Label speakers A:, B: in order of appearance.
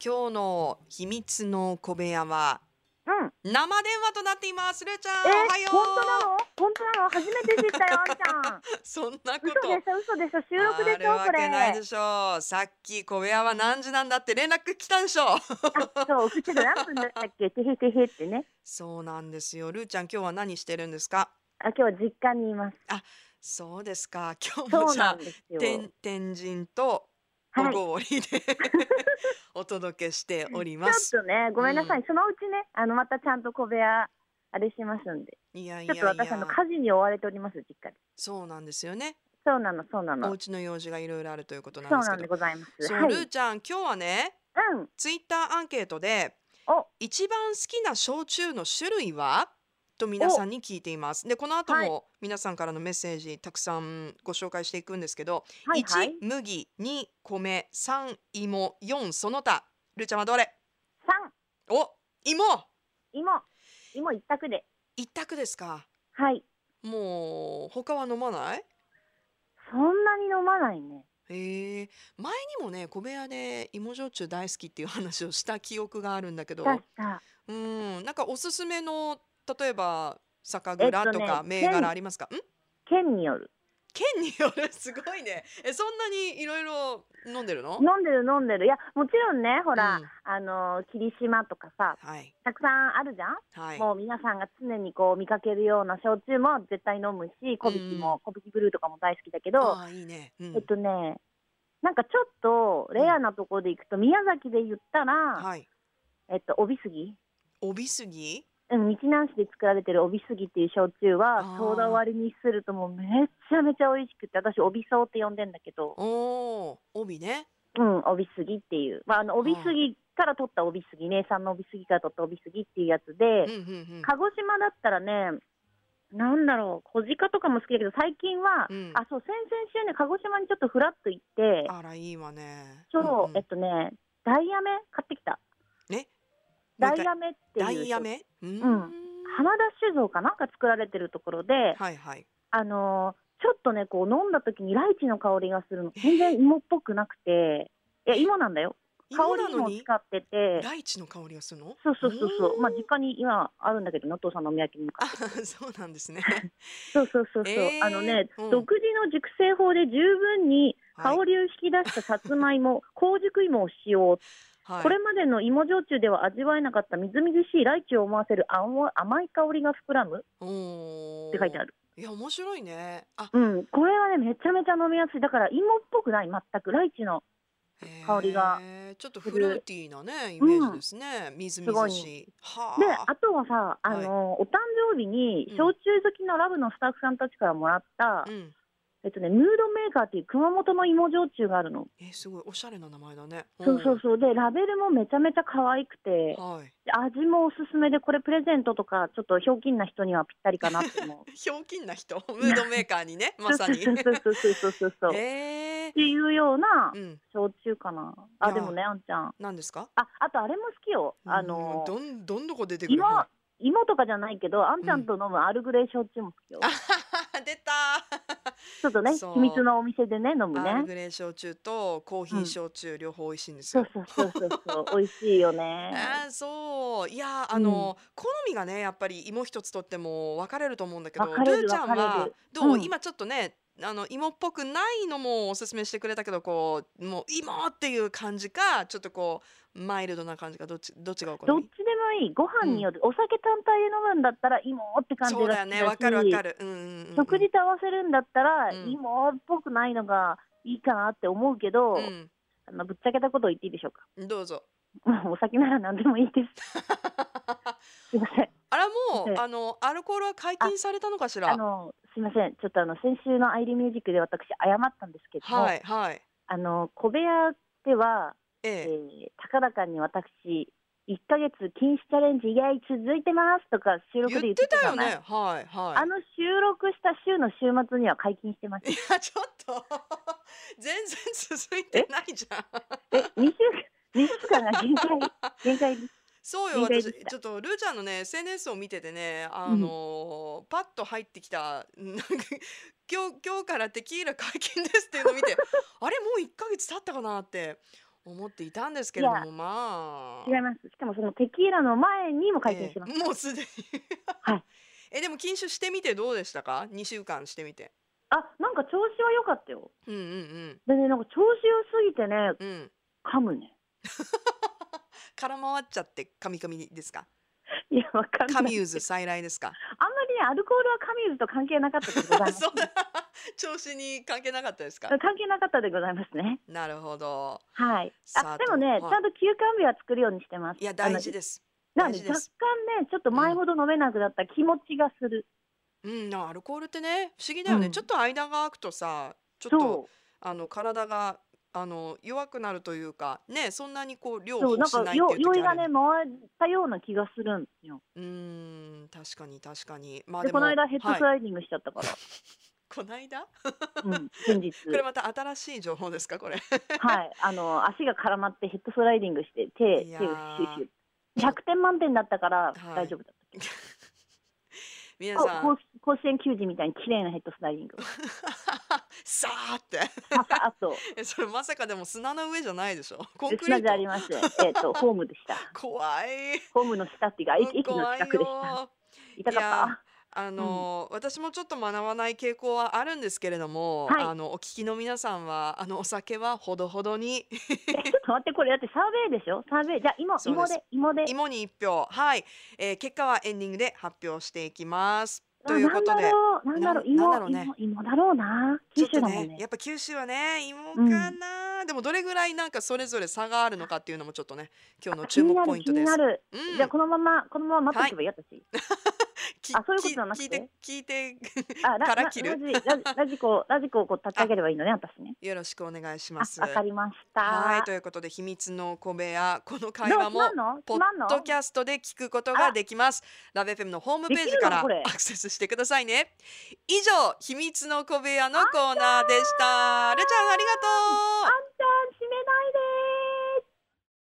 A: 今日の秘密の小部屋は
B: うん。
A: 生電話となっています。るーちゃん、
B: え
A: おはよ
B: ー、本当な
A: う。
B: の？本当なの？初めて知ったよ、あんちゃん。
A: そんなこ
B: 嘘で
A: と。
B: しょ、嘘でしょ。収録で
A: あ
B: し
A: る
B: ょ、
A: わ
B: そ
A: けないで
B: れ。
A: しょう。さっき小部屋は何時なんだって連絡来たでしょ
B: あ、そう、普通の何分だったっけ？てへてへってね。
A: そうなんですよ。るーちゃん、今日は何してるんですか。
B: あ、今日は実家にいます。
A: そうですか。今日も
B: そう
A: じゃ
B: な
A: あ
B: んですよ。
A: 天天神と
B: は
A: 小
B: い。
A: 郡で お届けしており
B: ちょ
A: ま
B: っ
A: す。
B: とね、ごめんなさい。そのうちね、あのまたちゃんと小部屋あれしますんで。
A: いやい
B: ちょ
A: や
B: っ
A: い
B: と私あ
A: や
B: の。家事に追われております、実家で。
A: そうなんですよね。
B: そうなの、そうな
A: お
B: の。
A: 家の用事がいろいろあるということなん
B: そう
A: です
B: な
A: けど
B: んで。ございます。
A: そう、
B: はい。
A: ル
B: う
A: ーちゃん今日はね
B: ん。
A: ツイッターアンケートで
B: お、
A: 一番好きな焼酎の種類はと皆さんに聞いていますでこの後
B: はい
A: も皆さんからのメッセージたくさんご紹介していくんですけど、
B: はい
A: 一
B: はい。
A: 麦二米三芋四その他ルーちゃんはどれ
B: 三、
A: お芋
B: 芋、芋一択で。
A: 一択ですか
B: はい。
A: もう他は飲まない
B: そんなに飲まないね。
A: へえ前にもね小部屋で芋焼酎大好きっていう話をした記憶があるんだけど
B: 確か。
A: うん、なんかおすすめの例えば酒蔵と
B: えっ
A: か
B: とね
A: 銘柄ありますか？ん？
B: 県による。
A: 県によるすごいね。えそんなにいろいろ飲んでるの？
B: 飲んでる飲んでる。いや、もちろんね、ほら、
A: うん
B: あの、霧島とかさ、
A: はい
B: たくさんあるじゃん、
A: はい。
B: もう皆さんが常にこう見かけるような焼酎も絶対飲むし、小引も、小引ブルーとかも大好きだけど、
A: ああいいね。うん
B: えっとね、なんかちょっとレアなところで行くと、宮崎で言ったら、
A: はい。
B: えっと、帯杉
A: 帯杉？
B: うん、日南市で作られてる帯杉っていう焼酎は
A: あー、
B: ちょうど割りにするともうめちゃめちゃ美味しくて、私、帯草って呼んでんだけど、
A: おお帯ね。
B: うん、帯杉っていう、まあ、あの帯杉から取った帯杉、名産の帯杉から取った帯杉っていうやつで、
A: うんうん
B: 鹿児島だったらね、なんだろう、小鹿とかも好きだけど、最近は、
A: うん。うん。
B: あ、そう、先々週ね、鹿児島にちょっとふらっと行って、
A: あらいいわね。
B: そう、
A: んん
B: えっとね、ダイヤメ買ってきた。
A: ね。
B: ダイヤメっていう。
A: ダイヤメ？うん
B: ん花田酒造かなんか作られてるところで、
A: はいはい。
B: あのーちょっとね、こう飲んだ時にライチの香りがするの、全然芋っぽくなくて、いや、芋なんだよ。香
A: 芋な
B: り
A: の
B: も
A: に
B: 使ってて、
A: ライチの香りがするの？
B: そうそうそうそう、まあ、
A: うーん
B: 実家に今あるんだけどね、お父さんのお土産にも
A: あ
B: 買っ て。
A: そうなん ですね。
B: そうそうそうそう、
A: えー
B: あのね、
A: うん
B: 独自の熟成法で十分に
A: はい
B: 香りを引き出したさつまいも、高熟芋を使用、
A: はい。
B: これまでの芋焼酎では味わえなかったみずみずしいライチを思わせる甘甘い香りが膨らむ
A: おお。
B: って書いてある。
A: いや面白いね。あ、
B: うん、これはね、めちゃめちゃ飲みやすい。だから芋っぽくない、全く。ライチの香りが
A: へーちょっと
B: す
A: フ
B: る
A: ルーティーなねイメージですね。みずみ
B: す
A: ず
B: ごい
A: しい。は
B: で、
A: あ。
B: あとはさ、あの、お誕生日に
A: うん、
B: 焼酎好きのラブのスタッフさんたちからもらった、
A: うん。
B: えっとね、ムードメーカーっていう熊本の芋焼酎があるの。
A: えーすごいおしゃれな名前だね。
B: そうそうそう。で、ラベルもめちゃめちゃ可愛くて、
A: はい。
B: で味もおすすめで、これプレゼントとか、ちょっとひょうきんな人にはぴったりかなって思う。
A: ひょうきんな人、ムードメーカーにね、 まさに。
B: そうそうそうそうそう そう。っ
A: ええ。
B: ていうような
A: うん。
B: 焼酎かな。
A: い
B: あ、
A: や
B: でもね、あんちゃん。
A: 何ですか？
B: あ、あとあれも好きよ。あ
A: う
B: の
A: ん、どんどんどこ出てくる。
B: 芋
A: あ、
B: 芋とかじゃないけど、あんちゃんと飲むアールグレイ焼酎も好きよ。
A: 出た。
B: ちょっとね、
A: そう
B: 秘密のお店でね、飲む
A: アール
B: ね。
A: グレー焼酎とコーヒー焼酎両方美味しいんです
B: そ
A: よ
B: う。そうそうそう そう、美味しいよね。
A: あーそういやーあ
B: うん
A: の、好みがねやっぱり芋一つとっても分かれると思うんだけど
B: 分かれる
A: ルーちゃん
B: 分か
A: は
B: れる
A: どう、
B: うん
A: 今ちょっとねあの芋っぽくないのもおすすめしてくれたけどこうもう芋っていう感じかちょっとこうマイルドな感じかどっちどっちがお好
B: どっ
A: み
B: ちでもいい、ご飯による、お酒単体で飲むんだったら、芋って感じ
A: そうだ
B: が
A: よ
B: 好き
A: ね分かる分か
B: る。
A: るうんうんうん
B: 食事と合わせるんだったら、
A: うん
B: 芋っぽくないのがいいかなって思うけど、
A: う
B: あのぶっちゃけたことを言っていいでしょうか。
A: んどうぞ
B: もうお酒なら何でもいいです。すいません。
A: あらも
B: う
A: うんあのアルコールは解禁されたのかし
B: あ
A: ら
B: の、すいません。ちょっとあの、先週のアイリミュージックで私謝ったんですけども、
A: はいはい
B: あの、小部屋では、
A: え
B: え
A: え
B: ー、高らかに私、1ヶ月禁止チャレンジ、イエイ、続いてますとか、収録
A: 言
B: で言
A: っ
B: って
A: て
B: た
A: た
B: じ
A: よ
B: ゃない、
A: ねはいはい
B: あの収録した週の週末には解禁してま
A: い
B: す。
A: やちょっと 全然続いてないじゃん。
B: え、2週間、2週間が限界、限界です。
A: そうよ
B: 意外
A: 私
B: でした
A: ちょっとルーちゃんのね SNS を見ててねあのーパッと入ってきたなんか 今日今日からテキーラ解禁ですっていうのを見てあれもう1ヶ月経ったかなって思っていたんですけれど
B: い
A: もまあ
B: 違います。しかもそのテキーラの前にも解禁してます。
A: ええもうすでに
B: はい
A: えでも禁酒してみてどうでしたか2週間してみて
B: あ、なんか調子は良かったよ。
A: うんうん
B: でね、なんか調子良すぎてね、
A: うんうん
B: 噛むね。
A: 空回っちゃってカミカミですか
B: いや、わかんない。
A: カミューズ再来ですか
B: あんまりね、アルコールはカミューズと関係なかったでござい ます。
A: そうだ調子に関係なかったですか
B: 関係なかったでございますね。
A: なるほど
B: はい。
A: さ
B: あ、
A: あ
B: でもね、ち
A: とはい
B: ゃんと休館日は作るようにしてます。
A: いや大事
B: で。
A: です
B: なので
A: 大事
B: 若
A: で
B: 干
A: す
B: ね、ちょっと前ほど飲めなくなった気持ちがする。
A: うんなんかアルコールってね不思議だよね、
B: うん
A: ちょっと間が空くとさちょっと
B: そう。
A: あの体があの弱くなるというかねそんなにこう量
B: そう
A: を
B: なん
A: しな
B: か
A: いっ
B: よ
A: ていう
B: 酔い
A: 時あ
B: が
A: るよ
B: ね
A: ね
B: 回ったような気がするんですよ。
A: うーん確かに確かにまあ
B: で
A: でも
B: この間ヘッド
A: はい
B: スライディングしちゃったから。
A: この間こ
B: うん。先 日。
A: れまた新しい情報ですか これ
B: はい。あの足が絡まってヘッドスライディングして手
A: い
B: 手
A: や
B: を
A: ー
B: シュシュ。100点満点だったから
A: い
B: 大丈夫だった。
A: 皆
B: こ
A: さん
B: 甲甲子園球児みたいに綺麗なヘッドスライディング。
A: さーって
B: ささっ と。
A: えそれまさかでも砂の上じゃないでしょコンクリ
B: 砂
A: ー
B: じゃ
A: ト
B: ありません。えっとホームでした。
A: 怖い
B: ホームの下ってい うか駅駅の
A: 怖い
B: 近くでした。
A: よ
B: 痛
A: いや
B: か
A: あのー私もちょっと学ばない傾向はあるんですけれども、
B: はい
A: あのお聞きの皆さんはあのお酒はほどほどに
B: った。 えちょっと待って、これだってサーベイでしょサーベイ。じゃあ、芋、
A: そう
B: 芋
A: です
B: で、芋で。
A: 芋に一票はい、えー結果はエンディングで発表していきます。
B: あ
A: ということで。
B: なんだろう、
A: な
B: なんん
A: だ
B: だ
A: ろ
B: ろ
A: う
B: う、芋、
A: ね
B: 芋、芋だろうな。
A: ちょっ
B: 九州
A: と
B: だもん
A: ね
B: ね。
A: やっぱ九州はね芋かな、でもどれぐらいなんかそれぞれ差があるのかっていうのもちょっとね今日の注目ポイント
B: 気
A: で
B: に
A: す
B: な。る、気になる。
A: うん
B: じゃあ、このまま、このまま待ってけばいい、私。
A: き
B: あそういうことじゃなく
A: き聞いて
B: て
A: 聞いて
B: あ、ラ
A: から
B: ララ
A: 切
B: ジ
A: る
B: ラジラジコ、ラジコをこう立ち上げればいいのね、私ね。
A: よろしくお願いしま
B: あ
A: す、。
B: わかりました。
A: はいということで秘密の小部屋この会
B: どう
A: 話も
B: つまんの
A: ポッ
B: つまんの
A: ドキャストで聞くことができます。ラベフェムのホームページから
B: できるのこれ
A: アクセスしてくださいね。以上、秘密の小部屋のコーナーでした。ルちゃん、ありがとう。